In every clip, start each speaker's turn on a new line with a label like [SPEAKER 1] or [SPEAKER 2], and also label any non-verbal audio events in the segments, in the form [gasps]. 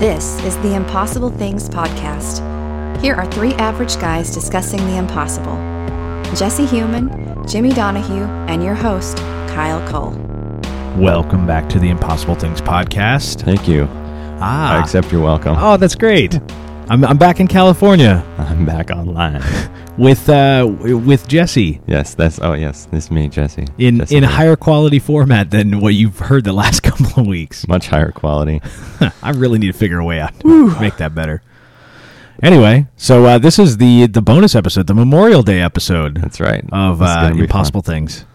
[SPEAKER 1] This is the Impossible Things Podcast. Here are three average guys discussing the impossible Jesse Human, Jimmy Donahue, and your host, Kyle Cole.
[SPEAKER 2] Welcome back to the Impossible Things podcast.
[SPEAKER 3] Thank you. I
[SPEAKER 2] Ah,
[SPEAKER 3] accept your welcome.
[SPEAKER 2] oh, that's great. I'm, I'm back in California
[SPEAKER 3] [laughs] I'm
[SPEAKER 2] [laughs]
[SPEAKER 3] back online.
[SPEAKER 2] with uh, w- with Jesse
[SPEAKER 3] yes, that's oh yes, this is me, Jesse.
[SPEAKER 2] in
[SPEAKER 3] Jesse
[SPEAKER 2] in a
[SPEAKER 3] Lee.
[SPEAKER 2] higher quality format than what you've heard the last [laughs] couple of
[SPEAKER 3] [laughs]
[SPEAKER 2] weeks.
[SPEAKER 3] much higher quality.
[SPEAKER 2] I really need to figure a way out to make that better. Anyway, so uh, this is the the bonus episode, the Memorial Day episode
[SPEAKER 3] That's right.
[SPEAKER 2] of
[SPEAKER 3] This is
[SPEAKER 2] uh,
[SPEAKER 3] gonna be
[SPEAKER 2] Impossible Things.
[SPEAKER 3] fun.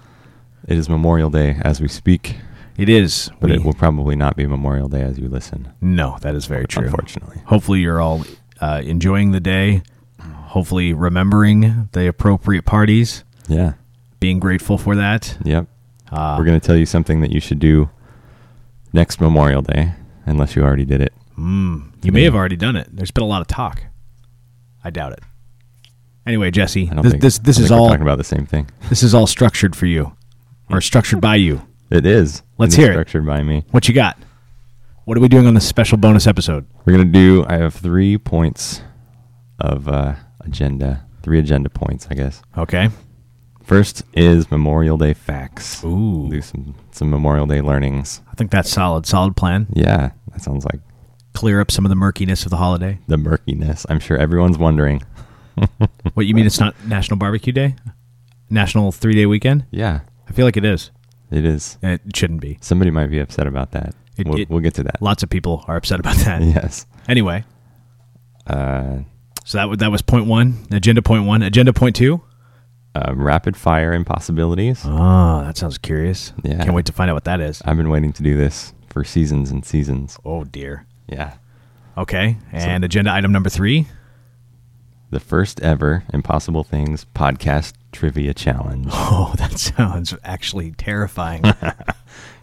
[SPEAKER 3] It is Memorial Day as we speak,
[SPEAKER 2] It is,
[SPEAKER 3] but it
[SPEAKER 2] we-
[SPEAKER 3] will probably not be Memorial Day as you listen.
[SPEAKER 2] no, that is very true.
[SPEAKER 3] Unfortunately.
[SPEAKER 2] Hopefully, you're all uh, enjoying the day. Hopefully, remembering the appropriate parties,
[SPEAKER 3] Yeah.
[SPEAKER 2] being grateful for that.
[SPEAKER 3] Yep.
[SPEAKER 2] Uh,
[SPEAKER 3] We're going to tell you something that you should do next Memorial Day, unless you already did it.
[SPEAKER 2] you may have already done it. There's been a lot of talk. I doubt it. Anyway, Jesse,
[SPEAKER 3] I don't
[SPEAKER 2] this
[SPEAKER 3] think
[SPEAKER 2] this, this
[SPEAKER 3] I think
[SPEAKER 2] is
[SPEAKER 3] we're
[SPEAKER 2] all
[SPEAKER 3] talking about the same thing.
[SPEAKER 2] this is all structured for you, or structured by you.
[SPEAKER 3] It is.
[SPEAKER 2] Let's
[SPEAKER 3] It is
[SPEAKER 2] hear it.
[SPEAKER 3] Structured by me.
[SPEAKER 2] What you got? What are we doing on this special bonus episode?
[SPEAKER 3] We're gonna do. I have three points of uh, agenda. Three agenda points, I guess.
[SPEAKER 2] Okay.
[SPEAKER 3] First is Memorial Day facts.
[SPEAKER 2] Ooh,
[SPEAKER 3] Do some some Memorial Day learnings.
[SPEAKER 2] I think that's solid. Solid plan.
[SPEAKER 3] Yeah, that sounds like
[SPEAKER 2] Clear up some of the murkiness of the holiday.
[SPEAKER 3] the murkiness. I'm sure everyone's wondering.
[SPEAKER 2] What you mean? It's not National Barbecue Day, National Three Day Weekend.
[SPEAKER 3] Yeah,
[SPEAKER 2] I feel like it is.
[SPEAKER 3] it is.
[SPEAKER 2] It shouldn't be.
[SPEAKER 3] Somebody might be upset about that.
[SPEAKER 2] It-
[SPEAKER 3] we'll,
[SPEAKER 2] it-
[SPEAKER 3] we'll get to that.
[SPEAKER 2] Lots of people are upset about that.
[SPEAKER 3] Yes.
[SPEAKER 2] Anyway,
[SPEAKER 3] Uh,
[SPEAKER 2] so that wa- that was point one. Agenda point one. Agenda point two.
[SPEAKER 3] uh, rapid fire impossibilities.
[SPEAKER 2] Oh, that sounds curious.
[SPEAKER 3] Ah, Yeah.
[SPEAKER 2] Can't wait to find out what that is.
[SPEAKER 3] I've been waiting to do this for seasons and seasons.
[SPEAKER 2] Oh dear.
[SPEAKER 3] Yeah.
[SPEAKER 2] Okay. And agenda item number
[SPEAKER 3] [laughs]
[SPEAKER 2] three.
[SPEAKER 3] The first ever Impossible Things podcast
[SPEAKER 2] [gasps]
[SPEAKER 3] trivia challenge.
[SPEAKER 2] Oh, that sounds actually
[SPEAKER 3] [laughs]
[SPEAKER 2] terrifying.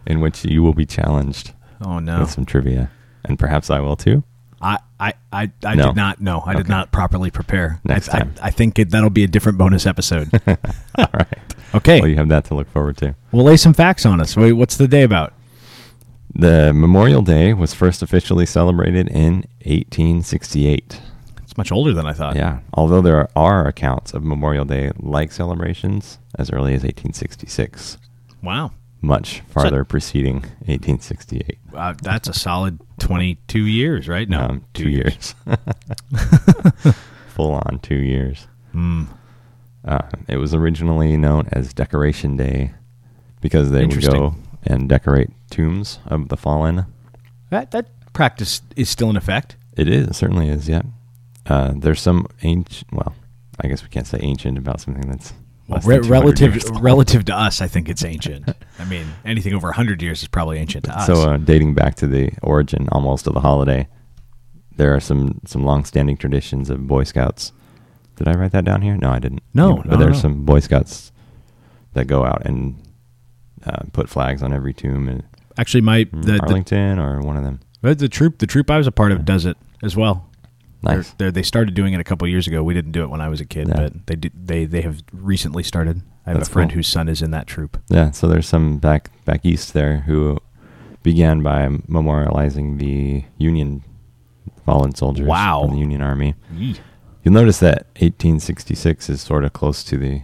[SPEAKER 3] in which you will be challenged
[SPEAKER 2] oh no.
[SPEAKER 3] with some trivia, and perhaps I will too.
[SPEAKER 2] I I I, I
[SPEAKER 3] No.
[SPEAKER 2] did not know. I did not properly prepare.
[SPEAKER 3] Next
[SPEAKER 2] I,
[SPEAKER 3] time.
[SPEAKER 2] I, I think it, that'll be a different bonus
[SPEAKER 3] [laughs]
[SPEAKER 2] episode. All right. Okay.
[SPEAKER 3] Well, you have that to look forward to.
[SPEAKER 2] we'll lay some facts on us. Wait, what's the day about?
[SPEAKER 3] The Memorial Day was first officially celebrated in 1868.
[SPEAKER 2] It's much older than I thought.
[SPEAKER 3] Yeah, although there are accounts of Memorial Day like celebrations as early as 1866,
[SPEAKER 2] Wow.
[SPEAKER 3] much farther preceding 1868.
[SPEAKER 2] Uh, that's a solid 22 years, right? No,
[SPEAKER 3] Um, two years. [laughs] Full on two years.
[SPEAKER 2] Hmm.
[SPEAKER 3] Uh, it was originally known as Decoration Day because they would go
[SPEAKER 2] Interesting.
[SPEAKER 3] and decorate tombs of the fallen.
[SPEAKER 2] That that practice is still in effect.
[SPEAKER 3] It is, it certainly is, yeah. Uh, there's some ancient, well, I guess we can't say ancient about something that's less
[SPEAKER 2] Re-
[SPEAKER 3] than 200
[SPEAKER 2] relative
[SPEAKER 3] years old.
[SPEAKER 2] relative to us, I think it's ancient. I mean, anything over 100 years is probably ancient to us.
[SPEAKER 3] So uh, dating back to the origin almost of the holiday, there are some some long-standing traditions of Boy Scouts. Did I write that down here? No, I didn't.
[SPEAKER 2] No,
[SPEAKER 3] but
[SPEAKER 2] no,
[SPEAKER 3] there are
[SPEAKER 2] no.
[SPEAKER 3] some Boy Scouts that go out and uh, put flags on every tomb in
[SPEAKER 2] Actually, my the,
[SPEAKER 3] Arlington or one of them.
[SPEAKER 2] the the troop the troop I was a part of does it as well. They're-
[SPEAKER 3] Nice.
[SPEAKER 2] they're- they started doing it a couple years ago. We didn't do it when I was a kid,
[SPEAKER 3] Yeah.
[SPEAKER 2] but they did, they they have recently started. I have
[SPEAKER 3] That's
[SPEAKER 2] a friend
[SPEAKER 3] cool.
[SPEAKER 2] whose son is in that troop.
[SPEAKER 3] Yeah, so there's some back back east there who began by memorializing the Union fallen soldiers
[SPEAKER 2] Wow.
[SPEAKER 3] from the Union Army. You'll notice that 1866 is sort of close to the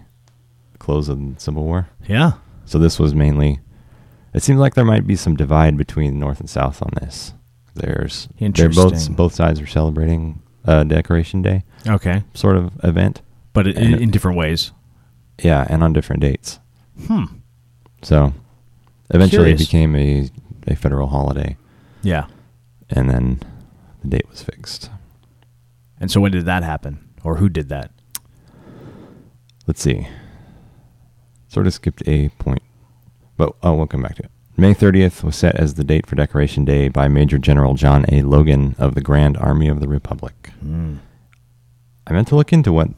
[SPEAKER 3] close of the Civil War.
[SPEAKER 2] Yeah.
[SPEAKER 3] So this was mainly. It seems like there might be some divide between North and South on this. There's they're both
[SPEAKER 2] Interesting.
[SPEAKER 3] both sides are celebrating uh, Decoration Day
[SPEAKER 2] Okay.
[SPEAKER 3] sort of event.
[SPEAKER 2] But it,
[SPEAKER 3] And
[SPEAKER 2] in,
[SPEAKER 3] it-
[SPEAKER 2] in different ways.
[SPEAKER 3] Yeah, and on different dates.
[SPEAKER 2] Hmm.
[SPEAKER 3] So eventually it
[SPEAKER 2] Curious.
[SPEAKER 3] became a a federal holiday,
[SPEAKER 2] Yeah.
[SPEAKER 3] and then the date was fixed.
[SPEAKER 2] And so when did that happen, or who did that?
[SPEAKER 3] Let's see. Sort of skipped a point, but oh, we'll come back to it. May 30th was set as the date for Decoration Day by Major General John A. Logan of the Grand Army of the Republic.
[SPEAKER 2] Hmm.
[SPEAKER 3] I meant to look into what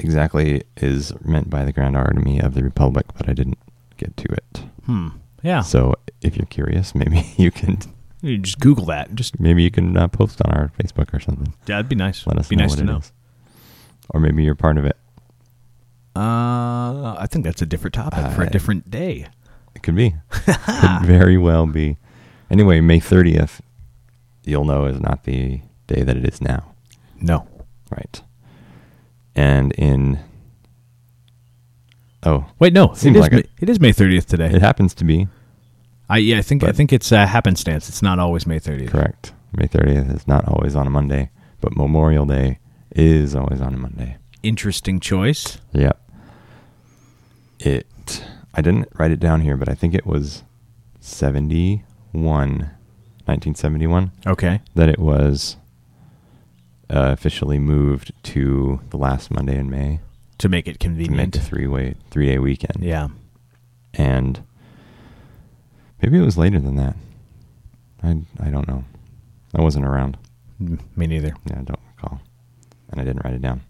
[SPEAKER 3] exactly is meant by the Grand Army of the Republic, but I didn't get to it.
[SPEAKER 2] Hmm. Yeah.
[SPEAKER 3] So, if you're curious, maybe [laughs] you can
[SPEAKER 2] You just Google that. Just
[SPEAKER 3] maybe you can uh, post on our Facebook or something.
[SPEAKER 2] yeah, that'd be nice.
[SPEAKER 3] Let us
[SPEAKER 2] be
[SPEAKER 3] know
[SPEAKER 2] nice
[SPEAKER 3] what
[SPEAKER 2] to
[SPEAKER 3] it
[SPEAKER 2] know.
[SPEAKER 3] is. or maybe you're part of it.
[SPEAKER 2] Uh, I think that's a different topic for a
[SPEAKER 3] Uh,
[SPEAKER 2] different day.
[SPEAKER 3] It could be. could very well be. Anyway, May 30th you'll know is not the day that it is now.
[SPEAKER 2] No.
[SPEAKER 3] Right. And in oh,
[SPEAKER 2] Wait, no.
[SPEAKER 3] Seems
[SPEAKER 2] it is
[SPEAKER 3] like
[SPEAKER 2] May,
[SPEAKER 3] it.
[SPEAKER 2] it is May 30th today.
[SPEAKER 3] [laughs] it happens to be
[SPEAKER 2] I yeah, I think I
[SPEAKER 3] But-
[SPEAKER 2] think it's uh, happenstance. It's not always May 30th.
[SPEAKER 3] correct. May thirtieth is not always on a Monday, but Memorial Day is always on a Monday.
[SPEAKER 2] Interesting choice.
[SPEAKER 3] Yep. It. I didn't write it down here, but I think it was 71, 1971,
[SPEAKER 2] Okay.
[SPEAKER 3] that it was uh, officially moved to the last Monday in May
[SPEAKER 2] To make it
[SPEAKER 3] to make
[SPEAKER 2] convenient.
[SPEAKER 3] a three way three day weekend.
[SPEAKER 2] Yeah.
[SPEAKER 3] and maybe it was later than that. I I don't know. I wasn't around.
[SPEAKER 2] Mm, Me neither.
[SPEAKER 3] Yeah, I don't recall, and I didn't write it down.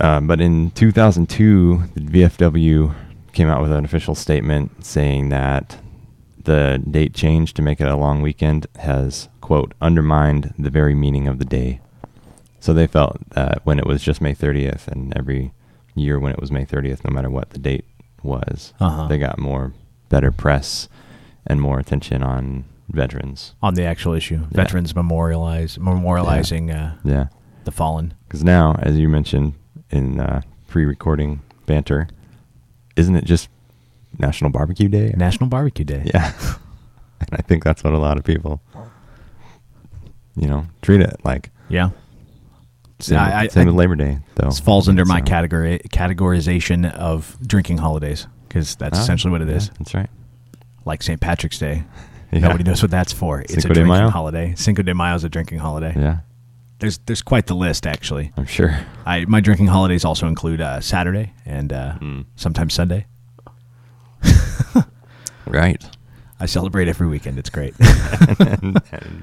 [SPEAKER 3] Uh, but in 2002, the VFW came out with an official statement saying that the date change to make it a long weekend has quote undermined the very meaning of the day. So they felt that when it was just May 30th, and every year when it was May 30th, no matter what the date was,
[SPEAKER 2] Uh-huh.
[SPEAKER 3] they got more better press and more attention on veterans.
[SPEAKER 2] On the actual issue, veterans memorialize memorializing uh,
[SPEAKER 3] Yeah.
[SPEAKER 2] the fallen.
[SPEAKER 3] Because now, as you mentioned in uh, pre-recording banter, isn't it just National Barbecue Day?
[SPEAKER 2] National Barbecue Day.
[SPEAKER 3] [laughs] yeah, and I think that's what a lot of people, you know, treat it like.
[SPEAKER 2] Yeah.
[SPEAKER 3] Same,
[SPEAKER 2] I- I-
[SPEAKER 3] same with
[SPEAKER 2] I-
[SPEAKER 3] Labor Day, though.
[SPEAKER 2] This falls under my
[SPEAKER 3] So-
[SPEAKER 2] category categorization of drinking holidays because that's
[SPEAKER 3] Ah,
[SPEAKER 2] essentially what it
[SPEAKER 3] yeah,
[SPEAKER 2] is.
[SPEAKER 3] That's right.
[SPEAKER 2] Like St. Patrick's Day.
[SPEAKER 3] Yeah.
[SPEAKER 2] Nobody knows what that's for. It's a
[SPEAKER 3] Cinco de
[SPEAKER 2] drinking
[SPEAKER 3] Mayo?
[SPEAKER 2] holiday. Cinco de Mayo is a drinking holiday.
[SPEAKER 3] Yeah,
[SPEAKER 2] There's there's quite the list actually. [laughs]
[SPEAKER 3] I'm sure.
[SPEAKER 2] I my drinking holidays also include uh, Saturday and uh,
[SPEAKER 3] Hmm.
[SPEAKER 2] sometimes Sunday.
[SPEAKER 3] Right.
[SPEAKER 2] I celebrate every weekend. It's
[SPEAKER 3] [laughs]
[SPEAKER 2] great.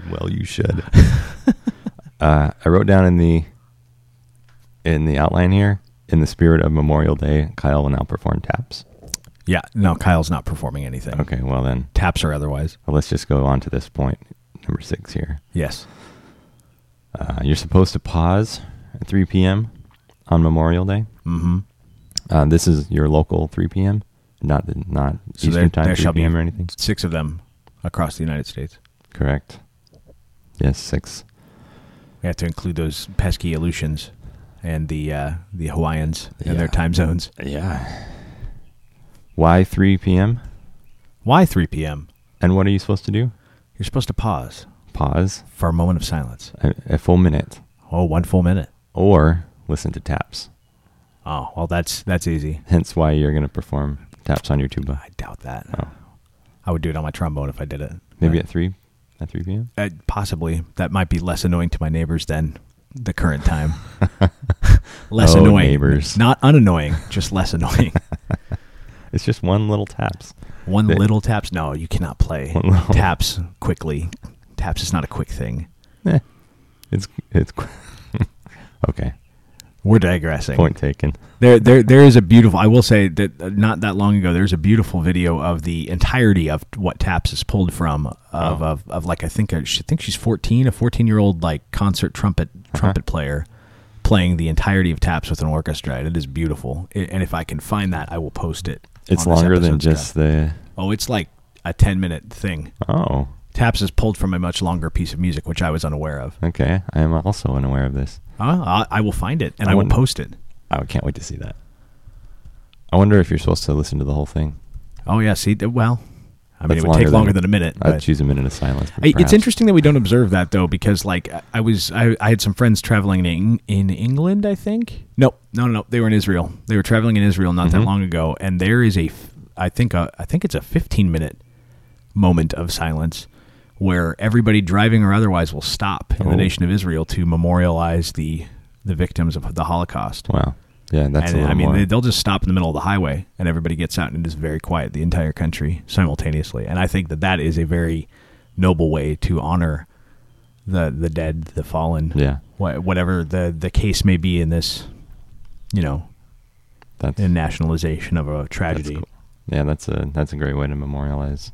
[SPEAKER 3] well,
[SPEAKER 2] [laughs]
[SPEAKER 3] you should. uh, I wrote down in the in the outline here, in the spirit of Memorial Day, Kyle will now perform taps.
[SPEAKER 2] yeah. No, Kyle's not performing anything.
[SPEAKER 3] Okay, well then.
[SPEAKER 2] Taps or otherwise.
[SPEAKER 3] Well, let's just go on to this point, number six here.
[SPEAKER 2] Yes.
[SPEAKER 3] Uh, you're supposed to pause at 3 p.m. on Memorial Day.
[SPEAKER 2] Mm-hmm.
[SPEAKER 3] Uh, this is your local 3 p.m., not the, not
[SPEAKER 2] So
[SPEAKER 3] Eastern
[SPEAKER 2] there-
[SPEAKER 3] time
[SPEAKER 2] there
[SPEAKER 3] 3
[SPEAKER 2] shall be-
[SPEAKER 3] p.m. or anything.
[SPEAKER 2] Six of them across the United States.
[SPEAKER 3] Correct. Yes, six.
[SPEAKER 2] We have to include those pesky Aleutians and the uh, the Hawaiians and their
[SPEAKER 3] Yeah.
[SPEAKER 2] time zones.
[SPEAKER 3] Yeah. Why 3 p.m.
[SPEAKER 2] Why 3 p.m.?
[SPEAKER 3] and what are you supposed to do?
[SPEAKER 2] You're supposed to pause
[SPEAKER 3] Pause
[SPEAKER 2] for a moment of silence.
[SPEAKER 3] a, a full minute
[SPEAKER 2] Oh, one full minute.
[SPEAKER 3] or listen to taps.
[SPEAKER 2] Oh, well, that's that's easy.
[SPEAKER 3] Hence why you're going to perform taps on your tuba.
[SPEAKER 2] I doubt that.
[SPEAKER 3] Oh,
[SPEAKER 2] I would do it on my trombone if I did it.
[SPEAKER 3] maybe
[SPEAKER 2] But-
[SPEAKER 3] at 3 at 3 p.m.
[SPEAKER 2] uh, possibly that might be less annoying to my neighbors than the current time.
[SPEAKER 3] [laughs]
[SPEAKER 2] less
[SPEAKER 3] Oh,
[SPEAKER 2] annoying,
[SPEAKER 3] neighbors.
[SPEAKER 2] Not unannoying, just less
[SPEAKER 3] [laughs]
[SPEAKER 2] annoying.
[SPEAKER 3] It's just one little taps.
[SPEAKER 2] One
[SPEAKER 3] They-
[SPEAKER 2] little taps. No, you cannot play
[SPEAKER 3] [laughs] One little-
[SPEAKER 2] taps quickly. Taps is not a quick thing.
[SPEAKER 3] Eh, it's it's qu- [laughs] okay.
[SPEAKER 2] We're digressing.
[SPEAKER 3] Point taken.
[SPEAKER 2] There, there, there is a beautiful. I will say that uh, not that long ago, there's a beautiful video of the entirety of what Taps is pulled from of of,
[SPEAKER 3] Oh.
[SPEAKER 2] of, like I think uh, I think she's 14, a 14 year old like concert trumpet
[SPEAKER 3] Uh-huh.
[SPEAKER 2] trumpet player playing the entirety of Taps with an orchestra. And it is beautiful. I and if I can find that, I will post it.
[SPEAKER 3] It's
[SPEAKER 2] on this
[SPEAKER 3] longer than
[SPEAKER 2] episode's
[SPEAKER 3] just
[SPEAKER 2] draft.
[SPEAKER 3] the
[SPEAKER 2] Oh, it's like a 10 minute thing.
[SPEAKER 3] oh.
[SPEAKER 2] Taps is pulled from a much longer piece of music, which I was unaware of.
[SPEAKER 3] Okay, I am also unaware of this.
[SPEAKER 2] Uh, I, I will find it and
[SPEAKER 3] I
[SPEAKER 2] I, will
[SPEAKER 3] wouldn't-
[SPEAKER 2] post it.
[SPEAKER 3] I can't wait to see that. I wonder if you're supposed to listen to the whole thing.
[SPEAKER 2] Oh yeah, see, th- well, I mean,
[SPEAKER 3] That's
[SPEAKER 2] it would take longer
[SPEAKER 3] longer than-
[SPEAKER 2] than, a minute.
[SPEAKER 3] I'd
[SPEAKER 2] but-
[SPEAKER 3] choose a minute of silence.
[SPEAKER 2] I,
[SPEAKER 3] perhaps.
[SPEAKER 2] it's interesting that we don't observe that though, because like I- I was, I, I had some friends traveling in Eng- in England, I think. No, no, no, no, they were in Israel. They were traveling in Israel not
[SPEAKER 3] Mm-hmm.
[SPEAKER 2] that long ago, and there is a, f- I think, a, I think it's a 15 minute moment of silence where everybody driving or otherwise will stop in
[SPEAKER 3] Oh.
[SPEAKER 2] the nation of Israel to memorialize the the victims of the Holocaust.
[SPEAKER 3] Wow. Yeah, that's
[SPEAKER 2] and
[SPEAKER 3] a little
[SPEAKER 2] I mean,
[SPEAKER 3] more.
[SPEAKER 2] they, they'll just stop in the middle of the highway, and everybody gets out, and it is very quiet, the entire country simultaneously. And I think that that is a very noble way to honor the the dead, the fallen,
[SPEAKER 3] yeah,
[SPEAKER 2] wha- whatever the the case may be in this, you know,
[SPEAKER 3] that's
[SPEAKER 2] in nationalization of a
[SPEAKER 3] that's
[SPEAKER 2] tragedy.
[SPEAKER 3] cool. Yeah, that's a that's a great way to memorialize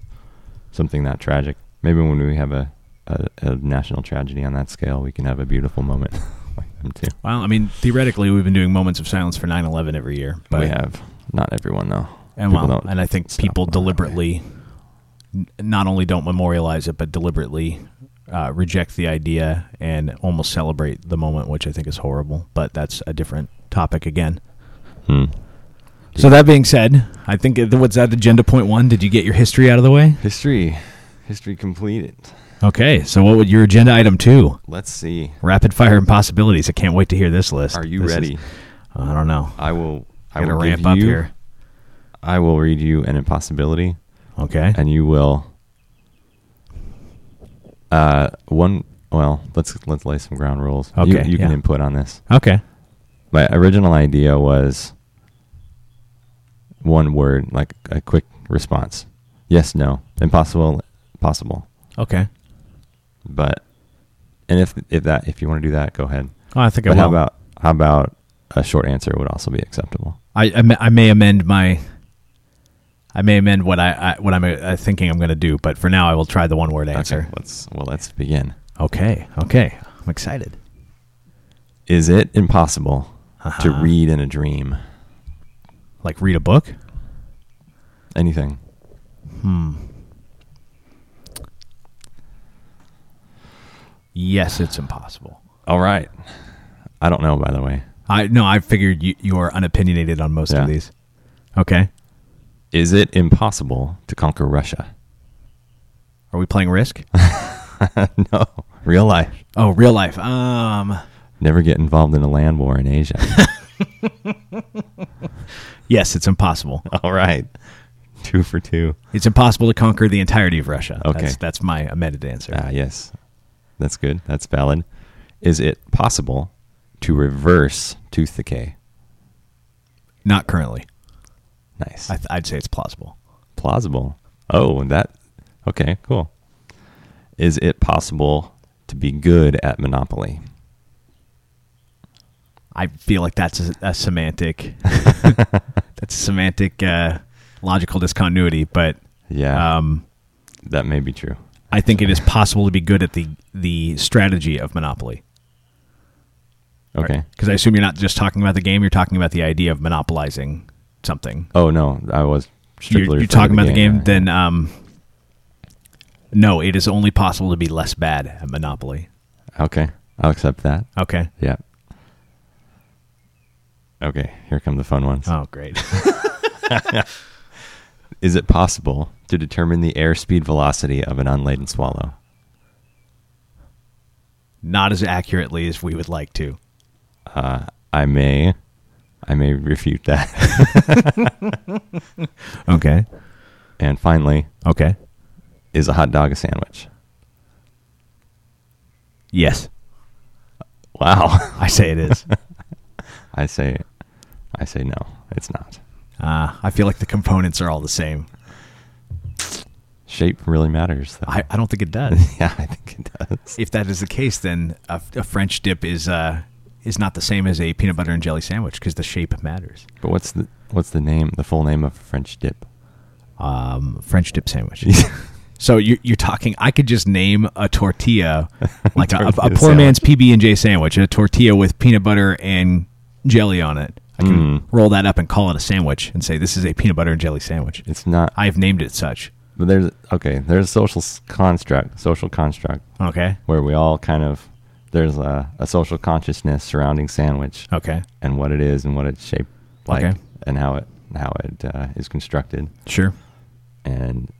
[SPEAKER 3] something that tragic. Maybe when we have a, a, a national tragedy on that scale, we can have a beautiful moment [laughs] like them too.
[SPEAKER 2] Well, I mean, theoretically, we've been doing moments of silence for 9/11 every year, but
[SPEAKER 3] we have not everyone though.
[SPEAKER 2] and
[SPEAKER 3] People
[SPEAKER 2] well,
[SPEAKER 3] don't
[SPEAKER 2] and I think
[SPEAKER 3] stop
[SPEAKER 2] people
[SPEAKER 3] on that way.
[SPEAKER 2] deliberately n- not only don't memorialize it, but deliberately uh, reject the idea and almost celebrate the moment, which I think is horrible. But that's a different topic again.
[SPEAKER 3] Hmm.
[SPEAKER 2] So that being said, I think it- what's that agenda point one? Did you get your history out of the way?
[SPEAKER 3] History, history completed.
[SPEAKER 2] Okay, so what would your agenda item two?
[SPEAKER 3] Let's see.
[SPEAKER 2] Rapid fire impossibilities. I can't wait to hear this list.
[SPEAKER 3] Are you
[SPEAKER 2] This is-
[SPEAKER 3] ready?
[SPEAKER 2] I don't know.
[SPEAKER 3] I will. I
[SPEAKER 2] I gotta
[SPEAKER 3] will
[SPEAKER 2] ramp
[SPEAKER 3] give
[SPEAKER 2] up
[SPEAKER 3] you-
[SPEAKER 2] here.
[SPEAKER 3] I will read you an impossibility,
[SPEAKER 2] Okay.
[SPEAKER 3] and you will. Uh, one. Well, let's let's lay some ground rules. You-
[SPEAKER 2] Okay,
[SPEAKER 3] you, can
[SPEAKER 2] yeah.
[SPEAKER 3] input on this.
[SPEAKER 2] Okay.
[SPEAKER 3] My original idea was one word, like a quick response. Yes, no, impossible, possible.
[SPEAKER 2] Okay.
[SPEAKER 3] But and if if that if you want to do that, go ahead.
[SPEAKER 2] Oh, I think I
[SPEAKER 3] But
[SPEAKER 2] will.
[SPEAKER 3] how about how about a short answer would also be acceptable.
[SPEAKER 2] I, I, may, I may amend my. I may amend what I, I what I'm uh, thinking I'm going to do, but for now I will try the one word
[SPEAKER 3] Okay,
[SPEAKER 2] answer.
[SPEAKER 3] let's well let's begin.
[SPEAKER 2] Okay. Okay. I'm excited.
[SPEAKER 3] Is it impossible to
[SPEAKER 2] Uh-huh.
[SPEAKER 3] read in a dream?
[SPEAKER 2] Like read a book.
[SPEAKER 3] Anything?
[SPEAKER 2] Yes, it's impossible.
[SPEAKER 3] All right. I don't know. By the way,
[SPEAKER 2] I no. I figured you, you are unopinionated on most
[SPEAKER 3] Yeah.
[SPEAKER 2] of these. Okay.
[SPEAKER 3] is it impossible to conquer Russia?
[SPEAKER 2] Are we playing Risk?
[SPEAKER 3] [laughs] no, real life.
[SPEAKER 2] oh, real life. Um.
[SPEAKER 3] Never get involved in a land war in Asia.
[SPEAKER 2] Yes, it's impossible.
[SPEAKER 3] [laughs] All right. Two for two.
[SPEAKER 2] It's impossible to conquer the entirety of Russia.
[SPEAKER 3] Okay.
[SPEAKER 2] That's, that's my amended answer.
[SPEAKER 3] Ah, yes. That's good. That's valid. Is it possible to reverse tooth decay?
[SPEAKER 2] Not currently.
[SPEAKER 3] Nice.
[SPEAKER 2] I th- I'd say it's plausible.
[SPEAKER 3] Plausible. Oh, that. Okay, cool. Is it possible to be good at Monopoly?
[SPEAKER 2] I feel like that's a, a
[SPEAKER 3] [laughs]
[SPEAKER 2] semantic, that's a semantic uh, logical discontinuity. But
[SPEAKER 3] Yeah,
[SPEAKER 2] um,
[SPEAKER 3] that may be true.
[SPEAKER 2] I think it is possible to be good at the the strategy of Monopoly.
[SPEAKER 3] Okay.
[SPEAKER 2] Because I assume you're not just talking about the game; you're talking about the idea of monopolizing something.
[SPEAKER 3] Oh, no. I was strictly
[SPEAKER 2] you're,
[SPEAKER 3] referring
[SPEAKER 2] you're
[SPEAKER 3] to
[SPEAKER 2] talking about the game,
[SPEAKER 3] yeah.
[SPEAKER 2] then um, no, it is only possible to be less bad at Monopoly.
[SPEAKER 3] Okay. I'll accept that.
[SPEAKER 2] Okay.
[SPEAKER 3] Yeah. Okay, here come the fun ones.
[SPEAKER 2] Oh, great. [laughs]
[SPEAKER 3] Is it possible to determine the airspeed velocity of an unladen swallow?
[SPEAKER 2] not as accurately as we would like to.
[SPEAKER 3] I may, I may refute that. [laughs]
[SPEAKER 2] Okay.
[SPEAKER 3] and finally,
[SPEAKER 2] Okay.
[SPEAKER 3] is a hot dog a sandwich?
[SPEAKER 2] Yes,
[SPEAKER 3] Wow, [laughs]
[SPEAKER 2] I say it is.
[SPEAKER 3] I say, I say no, it's not.
[SPEAKER 2] uh, I feel like the components are all the same.
[SPEAKER 3] Shape really matters, though. [laughs]
[SPEAKER 2] I, I don't think it does.
[SPEAKER 3] yeah, I think it does.
[SPEAKER 2] if that is the case, then a, a French dip is uh, is not the same as a peanut butter and jelly sandwich because the shape matters.
[SPEAKER 3] But what's the what's the name, the full name of a French dip? [laughs]
[SPEAKER 2] Um, French dip sandwich. so you're, you're talking. I could just name a
[SPEAKER 3] [laughs]
[SPEAKER 2] tortilla, like a, a,
[SPEAKER 3] Tortilla
[SPEAKER 2] poor man's PB and J sandwich, a tortilla with peanut butter and jelly on it. I
[SPEAKER 3] Mm. Hmm,
[SPEAKER 2] can roll that up and call it a sandwich and say this is a peanut butter and jelly sandwich.
[SPEAKER 3] It's not.
[SPEAKER 2] I've named it such.
[SPEAKER 3] But there's okay. There's a social s- construct, social construct
[SPEAKER 2] Okay.
[SPEAKER 3] where we all kind of there's a, a social consciousness surrounding sandwich.
[SPEAKER 2] Okay.
[SPEAKER 3] and what it is and what it's shaped like
[SPEAKER 2] Oh. Okay.
[SPEAKER 3] and how it how it uh, is constructed
[SPEAKER 2] Sure.
[SPEAKER 3] and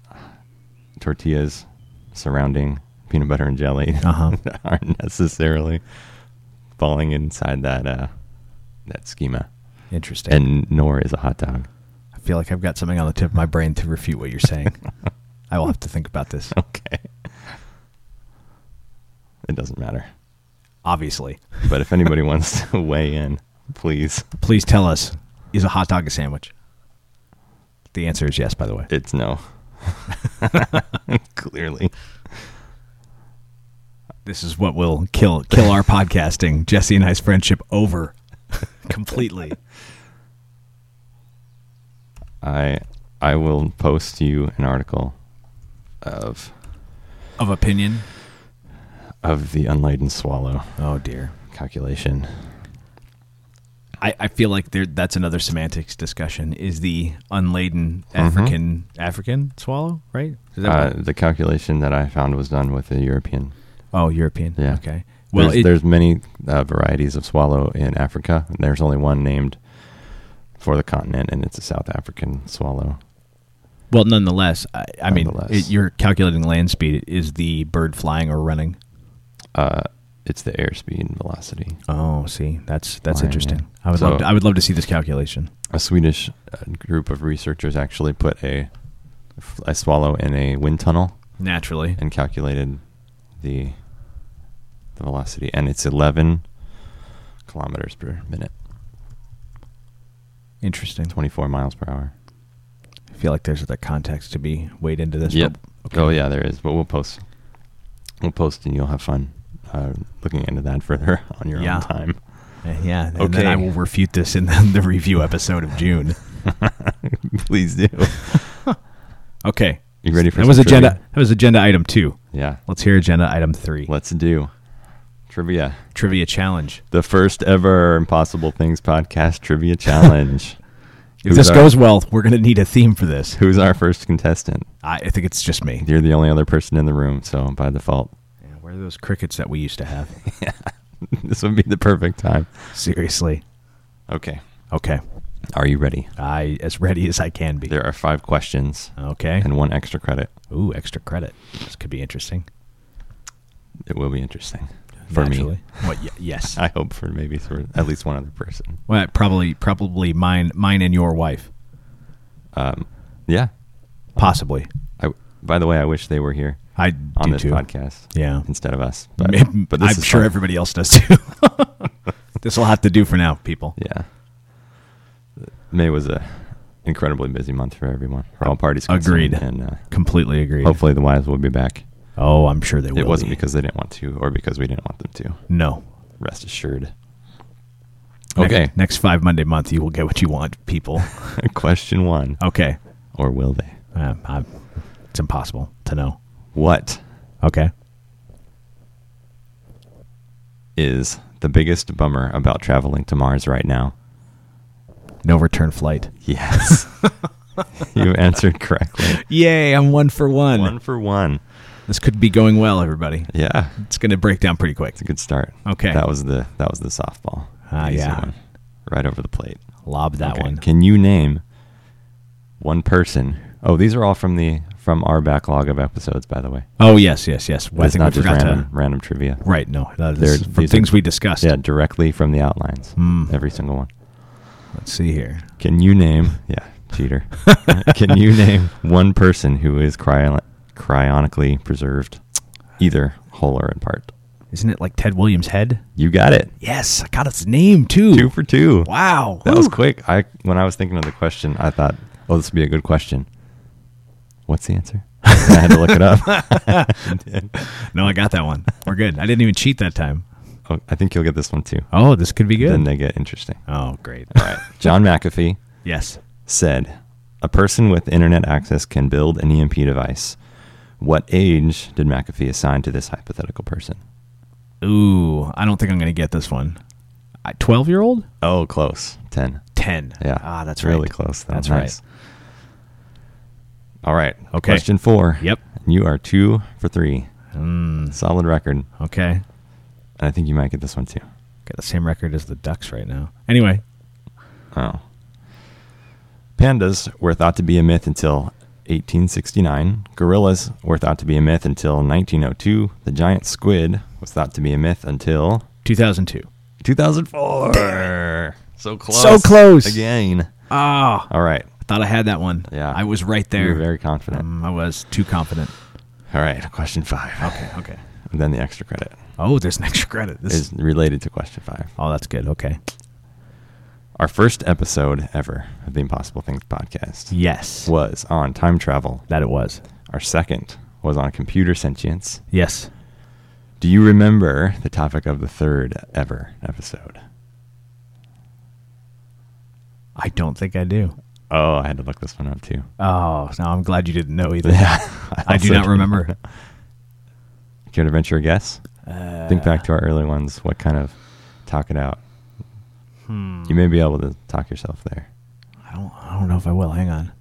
[SPEAKER 3] tortillas surrounding peanut butter and jelly
[SPEAKER 2] Uh-huh.
[SPEAKER 3] [laughs] aren't necessarily falling inside that uh, that schema
[SPEAKER 2] Interesting.
[SPEAKER 3] and nor is a hot dog [laughs]
[SPEAKER 2] I feel like I've got something on the tip of my brain to refute what you're
[SPEAKER 3] [laughs]
[SPEAKER 2] saying. I will have to think about this.
[SPEAKER 3] okay it doesn't matter
[SPEAKER 2] Obviously.
[SPEAKER 3] but if anybody [laughs] wants to weigh in please
[SPEAKER 2] Please tell us is a hot dog a sandwich? The answer is yes, by the way.
[SPEAKER 3] It's no. [laughs] Clearly.
[SPEAKER 2] This is what will kill kill our podcasting, Jesse and I's friendship over [laughs] completely.
[SPEAKER 3] I I will post you an article of
[SPEAKER 2] Of opinion.
[SPEAKER 3] of the unladen swallow
[SPEAKER 2] Oh dear.
[SPEAKER 3] calculation.
[SPEAKER 2] I, I feel like there that's another semantics discussion. Is the unladen African African swallow, right? Is that
[SPEAKER 3] Mm-hmm. Uh,
[SPEAKER 2] what-
[SPEAKER 3] the calculation that I found was done with a European
[SPEAKER 2] Oh, European.
[SPEAKER 3] Yeah.
[SPEAKER 2] Okay. Well,
[SPEAKER 3] there's,
[SPEAKER 2] it,
[SPEAKER 3] there's many uh, varieties of swallow in Africa, and there's only one named for the continent, and it's a South African swallow.
[SPEAKER 2] well, nonetheless, I, I mean,
[SPEAKER 3] Nonetheless.
[SPEAKER 2] it, you're calculating land speed. Is the bird flying or running?
[SPEAKER 3] Uh, it's the airspeed and velocity.
[SPEAKER 2] Oh, see, that's that's
[SPEAKER 3] Flying,
[SPEAKER 2] interesting.
[SPEAKER 3] yeah.
[SPEAKER 2] I would
[SPEAKER 3] So-
[SPEAKER 2] love to, I would love to see this calculation.
[SPEAKER 3] A Swedish uh, group of researchers actually put a, a swallow in a wind tunnel
[SPEAKER 2] Naturally,
[SPEAKER 3] and calculated the the velocity, and it's 11 kilometers per minute,
[SPEAKER 2] interesting.
[SPEAKER 3] 24 miles per hour.
[SPEAKER 2] I feel like there's the context to be weighed into this.
[SPEAKER 3] Yep.
[SPEAKER 2] but-
[SPEAKER 3] Oh yeah, there is. But we'll post. We'll post, and you'll have fun uh, looking into that [laughs] further on your
[SPEAKER 2] Yeah.
[SPEAKER 3] own time. [laughs]
[SPEAKER 2] Uh, Yeah. And Then I
[SPEAKER 3] Okay.
[SPEAKER 2] will refute this in [laughs] the, the review episode of June.
[SPEAKER 3] Please do.
[SPEAKER 2] Okay.
[SPEAKER 3] You ready for
[SPEAKER 2] that
[SPEAKER 3] some
[SPEAKER 2] was
[SPEAKER 3] trivia?
[SPEAKER 2] agenda? That was agenda item two.
[SPEAKER 3] Yeah,
[SPEAKER 2] Let's hear agenda item three.
[SPEAKER 3] let's do trivia.
[SPEAKER 2] Trivia challenge.
[SPEAKER 3] The first ever Impossible Things podcast trivia challenge.
[SPEAKER 2] [laughs] If
[SPEAKER 3] Who's
[SPEAKER 2] this
[SPEAKER 3] our-
[SPEAKER 2] goes well, we're gonna need a theme for this.
[SPEAKER 3] Who's our first contestant?
[SPEAKER 2] I, I think it's just me.
[SPEAKER 3] You're the only other person in the room, so by default, [laughs]
[SPEAKER 2] Yeah, where are those crickets that we used to have? [laughs]
[SPEAKER 3] this would be the perfect time.
[SPEAKER 2] Seriously.
[SPEAKER 3] Okay.
[SPEAKER 2] Okay.
[SPEAKER 3] Are you ready?
[SPEAKER 2] I as ready as I can be.
[SPEAKER 3] There are five questions
[SPEAKER 2] Okay.
[SPEAKER 3] and one extra credit.
[SPEAKER 2] Ooh, extra credit. This could be interesting.
[SPEAKER 3] It will be interesting for
[SPEAKER 2] Naturally.
[SPEAKER 3] me.
[SPEAKER 2] What? Y- yes.
[SPEAKER 3] [laughs] I hope for maybe for at least one other person.
[SPEAKER 2] well, probably, probably mine, mine and your wife,
[SPEAKER 3] Um, yeah.
[SPEAKER 2] possibly.
[SPEAKER 3] I, by the way, I wish they were here
[SPEAKER 2] I
[SPEAKER 3] on
[SPEAKER 2] do
[SPEAKER 3] this
[SPEAKER 2] too.
[SPEAKER 3] podcast
[SPEAKER 2] Yeah.
[SPEAKER 3] instead of us.
[SPEAKER 2] Maybe-
[SPEAKER 3] this
[SPEAKER 2] I'm
[SPEAKER 3] is
[SPEAKER 2] sure
[SPEAKER 3] fun.
[SPEAKER 2] everybody else does too. [laughs] this will have to do for now, people.
[SPEAKER 3] Yeah. May was a incredibly busy month for everyone, for all parties.
[SPEAKER 2] Agreed.
[SPEAKER 3] concerned, And uh,
[SPEAKER 2] Completely agree.
[SPEAKER 3] hopefully, the wives will be back.
[SPEAKER 2] Oh, I'm sure they will.
[SPEAKER 3] It wasn't
[SPEAKER 2] be.
[SPEAKER 3] because they didn't want to, or because we didn't want them to.
[SPEAKER 2] no.
[SPEAKER 3] Rest assured. [laughs]
[SPEAKER 2] Next-
[SPEAKER 3] Okay.
[SPEAKER 2] Next, five Monday month, you will get what you want, people. [laughs]
[SPEAKER 3] Question one,
[SPEAKER 2] Okay.
[SPEAKER 3] or will they?
[SPEAKER 2] Um, I'm, it's impossible to know.
[SPEAKER 3] What
[SPEAKER 2] Okay.
[SPEAKER 3] is the biggest bummer about traveling to Mars right now?
[SPEAKER 2] No return flight.
[SPEAKER 3] Yes. [laughs] you answered correctly.
[SPEAKER 2] Yay! I'm one for [laughs] one.
[SPEAKER 3] One for one.
[SPEAKER 2] This could be going well, everybody.
[SPEAKER 3] Yeah.
[SPEAKER 2] It's going to break down pretty quick.
[SPEAKER 3] It's a good start.
[SPEAKER 2] Okay.
[SPEAKER 3] That was the that was the softball.
[SPEAKER 2] Ah,
[SPEAKER 3] The easy
[SPEAKER 2] yeah.
[SPEAKER 3] one. Right over the plate.
[SPEAKER 2] Lob that
[SPEAKER 3] Okay.
[SPEAKER 2] one.
[SPEAKER 3] Can you name one person? Oh, these are all from the from our backlog of episodes, by the way.
[SPEAKER 2] Oh yes, yes, yes. Well, I
[SPEAKER 3] it's
[SPEAKER 2] think we
[SPEAKER 3] not just
[SPEAKER 2] forgot
[SPEAKER 3] random
[SPEAKER 2] to.
[SPEAKER 3] random trivia.
[SPEAKER 2] Right. No, that
[SPEAKER 3] They're-
[SPEAKER 2] is from
[SPEAKER 3] these are-
[SPEAKER 2] things we discussed.
[SPEAKER 3] Yeah, directly from the outlines.
[SPEAKER 2] Hmm.
[SPEAKER 3] Every single one.
[SPEAKER 2] Let's see here.
[SPEAKER 3] Can you name? Yeah,
[SPEAKER 2] [laughs]
[SPEAKER 3] cheater. Can you name one person who is cryo- cryonically preserved, either whole or in part?
[SPEAKER 2] Isn't it like Ted Williams' head?
[SPEAKER 3] You got it.
[SPEAKER 2] Yes, I got its name too.
[SPEAKER 3] Two for two.
[SPEAKER 2] Wow.
[SPEAKER 3] That was
[SPEAKER 2] Woo.
[SPEAKER 3] quick. I when I was thinking of the question, I thought, "Oh, this would be a good question." What's the answer? [laughs] And I had to look
[SPEAKER 2] [laughs]
[SPEAKER 3] it up.
[SPEAKER 2] No, I got that one. We're good. I didn't even cheat that time.
[SPEAKER 3] Oh, I think you'll get this one too.
[SPEAKER 2] Oh, this could be
[SPEAKER 3] Then
[SPEAKER 2] good.
[SPEAKER 3] they get interesting.
[SPEAKER 2] Oh, great.
[SPEAKER 3] All right. John McAfee
[SPEAKER 2] Yes.
[SPEAKER 3] said, "A person with internet access can build an EMP device." What age did McAfee assign to this hypothetical person?
[SPEAKER 2] Ooh, I don't think I'm going to get this one. I- Twelve-year-old.
[SPEAKER 3] Oh, close. Ten.
[SPEAKER 2] Ten.
[SPEAKER 3] Yeah.
[SPEAKER 2] Ah, that's
[SPEAKER 3] really
[SPEAKER 2] right.
[SPEAKER 3] close. That
[SPEAKER 2] That's
[SPEAKER 3] was nice. All right.
[SPEAKER 2] Okay.
[SPEAKER 3] Question four.
[SPEAKER 2] Yep. Hmm.
[SPEAKER 3] You are two for three. Solid record.
[SPEAKER 2] right. Okay.
[SPEAKER 3] And I think you might get this one too.
[SPEAKER 2] Got the same record as the Ducks right now. Anyway,
[SPEAKER 3] Oh. Pandas were thought to be a myth until 1869. Gorillas were thought to be a myth until 1902. The giant squid was thought to be a myth until
[SPEAKER 2] 2002.
[SPEAKER 3] 2004. So close.
[SPEAKER 2] So close.
[SPEAKER 3] Again.
[SPEAKER 2] Ah,
[SPEAKER 3] All right.
[SPEAKER 2] I thought I had that one.
[SPEAKER 3] Yeah.
[SPEAKER 2] I was right
[SPEAKER 3] You
[SPEAKER 2] there.
[SPEAKER 3] were very confident.
[SPEAKER 2] Mm, I was too confident.
[SPEAKER 3] All right. Question five.
[SPEAKER 2] Okay, okay.
[SPEAKER 3] And then the extra credit
[SPEAKER 2] Oh, there's an extra credit. This
[SPEAKER 3] is related to question five.
[SPEAKER 2] oh, that's good. Okay.
[SPEAKER 3] Our first episode ever of the Impossible Things podcast
[SPEAKER 2] Yes,
[SPEAKER 3] was on time travel.
[SPEAKER 2] that it was.
[SPEAKER 3] Our second was on computer sentience.
[SPEAKER 2] Yes.
[SPEAKER 3] Do you remember the topic of the third ever episode?
[SPEAKER 2] I don't think I do.
[SPEAKER 3] Oh, I had to look this one up too.
[SPEAKER 2] Oh, no, I'm glad you didn't know either.
[SPEAKER 3] Yeah, [laughs]
[SPEAKER 2] I do
[SPEAKER 3] also
[SPEAKER 2] not
[SPEAKER 3] didn't.
[SPEAKER 2] remember.
[SPEAKER 3] Care to venture a guess?
[SPEAKER 2] Uh,
[SPEAKER 3] Think back to our early ones. What kind of talk it out?
[SPEAKER 2] Hmm.
[SPEAKER 3] You may be able to talk yourself there.
[SPEAKER 2] I don't. I don't know if I will. Hang on.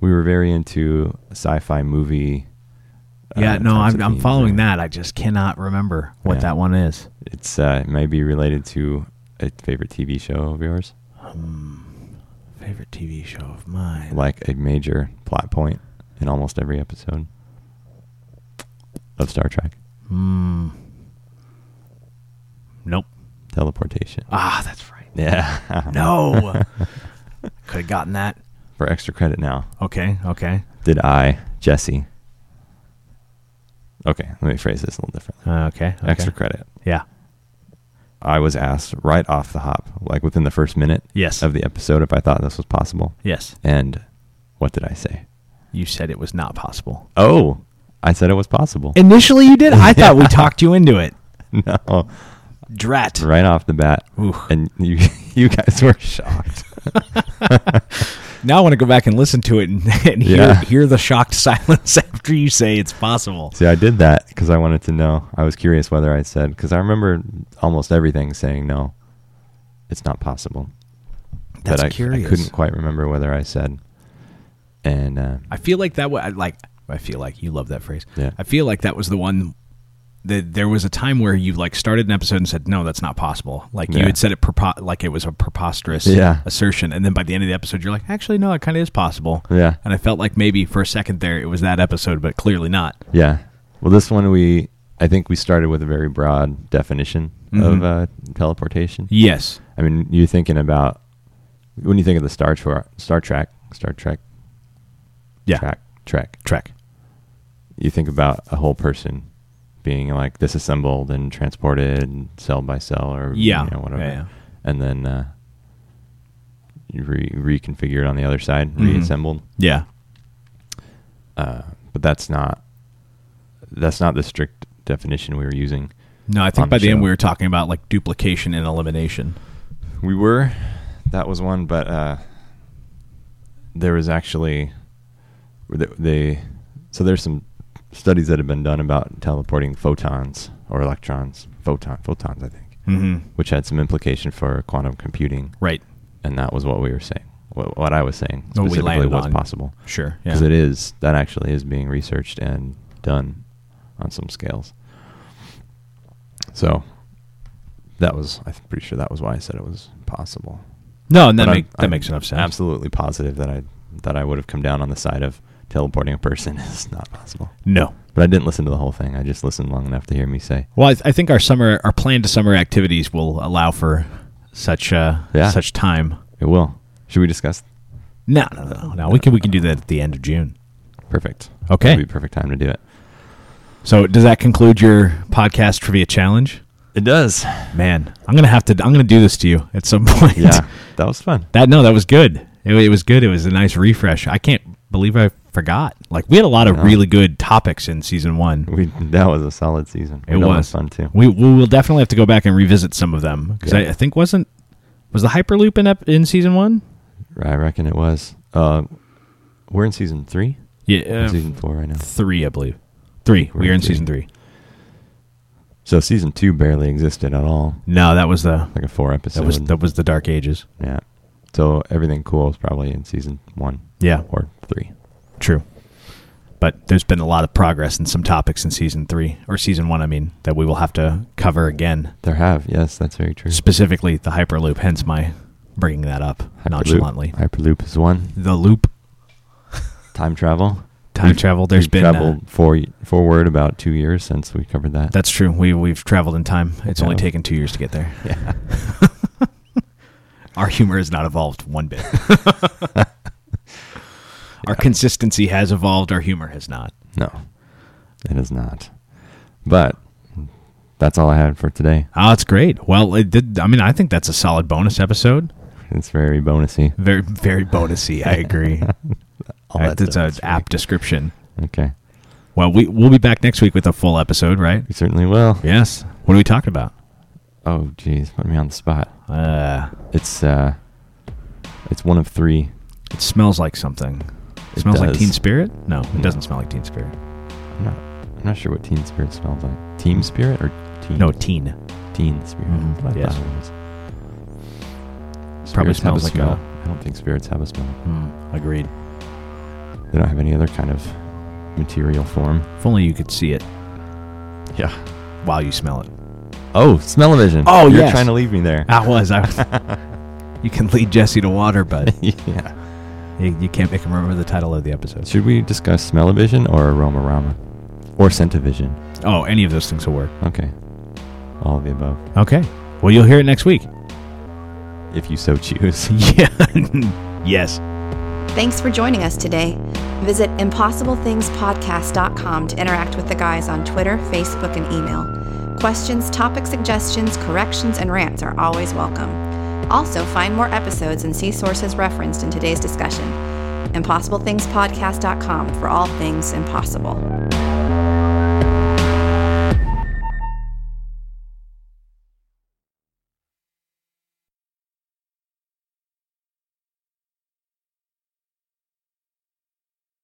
[SPEAKER 3] We were very into sci-fi movie
[SPEAKER 2] Yeah,
[SPEAKER 3] uh,
[SPEAKER 2] no, I'm,
[SPEAKER 3] types of
[SPEAKER 2] I'm
[SPEAKER 3] themes
[SPEAKER 2] following
[SPEAKER 3] or-
[SPEAKER 2] that. I just cannot remember what
[SPEAKER 3] Yeah.
[SPEAKER 2] that one is.
[SPEAKER 3] It's uh, it may be related to a favorite TV show of yours,
[SPEAKER 2] Favorite TV show of mine.
[SPEAKER 3] like a major plot point in almost every episode of Star Trek.
[SPEAKER 2] Hmm. Nope. [laughs]
[SPEAKER 3] Teleportation.
[SPEAKER 2] Ah, that's right.
[SPEAKER 3] Yeah. [laughs]
[SPEAKER 2] No. Could have gotten that.
[SPEAKER 3] For extra credit now,
[SPEAKER 2] Okay, okay.
[SPEAKER 3] did I, Jesse? Okay, let me phrase this a little differently.
[SPEAKER 2] Uh, okay, okay.
[SPEAKER 3] Extra credit.
[SPEAKER 2] Yeah.
[SPEAKER 3] I was asked right off the hop, like within the first minute
[SPEAKER 2] Yes.
[SPEAKER 3] of the episode, if I thought this was possible.
[SPEAKER 2] Yes.
[SPEAKER 3] And what did I say?
[SPEAKER 2] You said it was not possible.
[SPEAKER 3] Oh, I said it was possible.
[SPEAKER 2] Initially, you did. I thought we talked you into it.
[SPEAKER 3] [laughs] no,
[SPEAKER 2] Drat.
[SPEAKER 3] right off the bat,
[SPEAKER 2] Oof.
[SPEAKER 3] and you [laughs] you guys were shocked.
[SPEAKER 2] Now I want to go back and listen to it and, [laughs] and hear,
[SPEAKER 3] Yeah.
[SPEAKER 2] hear the shocked [laughs] silence after you say it's possible.
[SPEAKER 3] See, I did that because I wanted to know. I was curious whether I said because I remember almost everything saying no, it's not possible.
[SPEAKER 2] That's
[SPEAKER 3] but I,
[SPEAKER 2] curious.
[SPEAKER 3] I couldn't quite remember whether I said, and uh,
[SPEAKER 2] I feel like that was like I feel like you love that phrase.
[SPEAKER 3] Yeah.
[SPEAKER 2] I feel like that was the one that there was a time where you like started an episode and said no, that's not possible. Like you
[SPEAKER 3] Yeah.
[SPEAKER 2] had said it prepo- like it was a preposterous
[SPEAKER 3] Yeah.
[SPEAKER 2] assertion, and then by the end of the episode, you're like, actually, no, it kind of is possible.
[SPEAKER 3] Yeah.
[SPEAKER 2] And I felt like maybe for a second there it was that episode, but clearly not.
[SPEAKER 3] Yeah. Well, this one we I think we started with a very broad definition of
[SPEAKER 2] Mhm.
[SPEAKER 3] uh, teleportation.
[SPEAKER 2] Yes.
[SPEAKER 3] I mean, you're thinking about when you think of the Star Trek, Star Trek, Star Trek,
[SPEAKER 2] Yeah.
[SPEAKER 3] Trek, Trek.
[SPEAKER 2] Trek.
[SPEAKER 3] You think about a whole person being like disassembled and transported cell by cell, or you
[SPEAKER 2] Yeah.
[SPEAKER 3] know, whatever,
[SPEAKER 2] Yeah, yeah.
[SPEAKER 3] and then uh, you re- reconfigured on the other side,
[SPEAKER 2] Mhm.
[SPEAKER 3] reassembled.
[SPEAKER 2] Yeah.
[SPEAKER 3] But that's not that's not the strict definition we were using.
[SPEAKER 2] No, I think
[SPEAKER 3] On
[SPEAKER 2] by
[SPEAKER 3] the
[SPEAKER 2] the end
[SPEAKER 3] show.
[SPEAKER 2] we were talking about like duplication and elimination.
[SPEAKER 3] We were. That was one, but uh, there was actually they, they. So there's some studies that have been done about teleporting photons or electrons, photon photons, I think,
[SPEAKER 2] Mm-hmm.
[SPEAKER 3] which had some implication for quantum computing,
[SPEAKER 2] Right.
[SPEAKER 3] and that was what we were saying. What, what I was saying
[SPEAKER 2] What we
[SPEAKER 3] specifically
[SPEAKER 2] landed
[SPEAKER 3] was
[SPEAKER 2] on.
[SPEAKER 3] possible
[SPEAKER 2] Sure.
[SPEAKER 3] because
[SPEAKER 2] Yeah.
[SPEAKER 3] it is that actually is being researched and done on some scales. So that was I'm pretty sure that was why I said it was possible.
[SPEAKER 2] no, and that,
[SPEAKER 3] But I'm-
[SPEAKER 2] make, that
[SPEAKER 3] I'm
[SPEAKER 2] makes enough sense.
[SPEAKER 3] Absolutely positive that I that I would have come down on the side of teleporting a person [laughs] is not possible.
[SPEAKER 2] No.
[SPEAKER 3] But I didn't listen to the whole thing. I just listened long enough to hear me say,
[SPEAKER 2] Well, I, th- I think our summer, our planned summer activities will allow for such uh,
[SPEAKER 3] Yeah.
[SPEAKER 2] such time.
[SPEAKER 3] "It will." Should we discuss?
[SPEAKER 2] No, no, no, no. We can we can do that at the end of June.
[SPEAKER 3] Perfect.
[SPEAKER 2] Okay.
[SPEAKER 3] That'd be a perfect time to do it.
[SPEAKER 2] So, does that conclude your podcast trivia challenge?
[SPEAKER 3] It does.
[SPEAKER 2] Man, I'm gonna have to. I'm gonna do this to you at some [laughs] point.
[SPEAKER 3] [laughs] Yeah, that was fun.
[SPEAKER 2] That no, that was good. It, wa- it was good. It was a nice refresh. I can't believe I forgot. Like we had a lot of
[SPEAKER 3] Yeah.
[SPEAKER 2] really good topics in season one.
[SPEAKER 3] We that was a solid season.
[SPEAKER 2] It
[SPEAKER 3] That
[SPEAKER 2] was
[SPEAKER 3] fun too.
[SPEAKER 2] We we will definitely have to go back and revisit some of them because
[SPEAKER 3] Yeah.
[SPEAKER 2] I, I think wasn't was the hyperloop in ep- in season one?
[SPEAKER 3] I reckon it was. Uh, we're in season three. Or
[SPEAKER 2] Yeah, uh,
[SPEAKER 3] season four right now.
[SPEAKER 2] three, I believe. Three. We are in season three.
[SPEAKER 3] So season two barely existed at all.
[SPEAKER 2] No, that was the
[SPEAKER 3] Like a four episode.
[SPEAKER 2] that was that was the Dark Ages.
[SPEAKER 3] yeah. So everything cool is probably in season one.
[SPEAKER 2] Yeah.
[SPEAKER 3] Or three.
[SPEAKER 2] True. But there's been a lot of progress in some topics in season three or season one. I mean, that we will have to cover again.
[SPEAKER 3] There have, yes, that's very true.
[SPEAKER 2] Specifically, the hyperloop. Hence my bringing that up nonchalantly.
[SPEAKER 3] Hyperloop, Hyperloop is one.
[SPEAKER 2] The loop,
[SPEAKER 3] Time travel.
[SPEAKER 2] time
[SPEAKER 3] We've-
[SPEAKER 2] travel. There's
[SPEAKER 3] we've
[SPEAKER 2] been uh,
[SPEAKER 3] traveled for forward about two years since we covered that.
[SPEAKER 2] That's true. We we've traveled in time. It's only
[SPEAKER 3] Yeah.
[SPEAKER 2] taken two years to get there.
[SPEAKER 3] yeah.
[SPEAKER 2] Our humor has not evolved one
[SPEAKER 3] [laughs]
[SPEAKER 2] bit. Our consistency has evolved. Our humor has not.
[SPEAKER 3] [laughs] No, it is not. But that's all I had for today.
[SPEAKER 2] Oh, it's great. Well, it did. I mean, I think that's a solid bonus episode.
[SPEAKER 3] It's very bonusy.
[SPEAKER 2] Very, very bonusy. I agree.
[SPEAKER 3] [laughs] All
[SPEAKER 2] That-
[SPEAKER 3] that
[SPEAKER 2] that's an
[SPEAKER 3] stuff.
[SPEAKER 2] apt description.
[SPEAKER 3] Okay.
[SPEAKER 2] Well, we we'll be back next week with a full episode, right?
[SPEAKER 3] We certainly will.
[SPEAKER 2] Yes. What are we talking about?
[SPEAKER 3] Oh, jeez, put me on the spot.
[SPEAKER 2] Uh,
[SPEAKER 3] It's uh, it's one of three.
[SPEAKER 2] it smells like something. It
[SPEAKER 3] It
[SPEAKER 2] smells like
[SPEAKER 3] does.
[SPEAKER 2] Teen Spirit. No, it
[SPEAKER 3] No.
[SPEAKER 2] doesn't smell like Teen Spirit.
[SPEAKER 3] I'm not, I'm not sure what Teen Spirit smells like. Team Spirit or Teen?
[SPEAKER 2] No, Teen.
[SPEAKER 3] Teen Spirit.
[SPEAKER 2] Mhm,
[SPEAKER 3] That's what I
[SPEAKER 2] yes.
[SPEAKER 3] thought it was.
[SPEAKER 2] Probably
[SPEAKER 3] Mm-hmm. Spirits have
[SPEAKER 2] smells
[SPEAKER 3] a
[SPEAKER 2] like
[SPEAKER 3] smell.
[SPEAKER 2] a.
[SPEAKER 3] I don't think spirits have a smell.
[SPEAKER 2] Mm, agreed.
[SPEAKER 3] They don't have any other kind of material form.
[SPEAKER 2] If only you could see it
[SPEAKER 3] Yeah.
[SPEAKER 2] while you smell it.
[SPEAKER 3] Oh, smell-o-vision.
[SPEAKER 2] Oh,
[SPEAKER 3] You're
[SPEAKER 2] yes.
[SPEAKER 3] trying to leave me there.
[SPEAKER 2] I was. I was. you can lead Jesse to water, but
[SPEAKER 3] [laughs] yeah.
[SPEAKER 2] you, you can't make him remember the title of the episode.
[SPEAKER 3] Should we discuss smell-o-vision or aroma-rama? Or scent-o-vision?
[SPEAKER 2] Oh, any of those things will work.
[SPEAKER 3] Okay. All of the above.
[SPEAKER 2] Okay. Well, you'll hear it next week.
[SPEAKER 3] If you so [laughs] choose.
[SPEAKER 2] [laughs] Yeah. [laughs] yes.
[SPEAKER 1] Thanks for joining us today. Visit impossiblethingspodcast.com to interact with the guys on Twitter, Facebook, and email. Questions, topic suggestions, corrections, and rants are always welcome. Also, find more episodes and see sources referenced in today's discussion. ImpossibleThingsPodcast.com for all things impossible.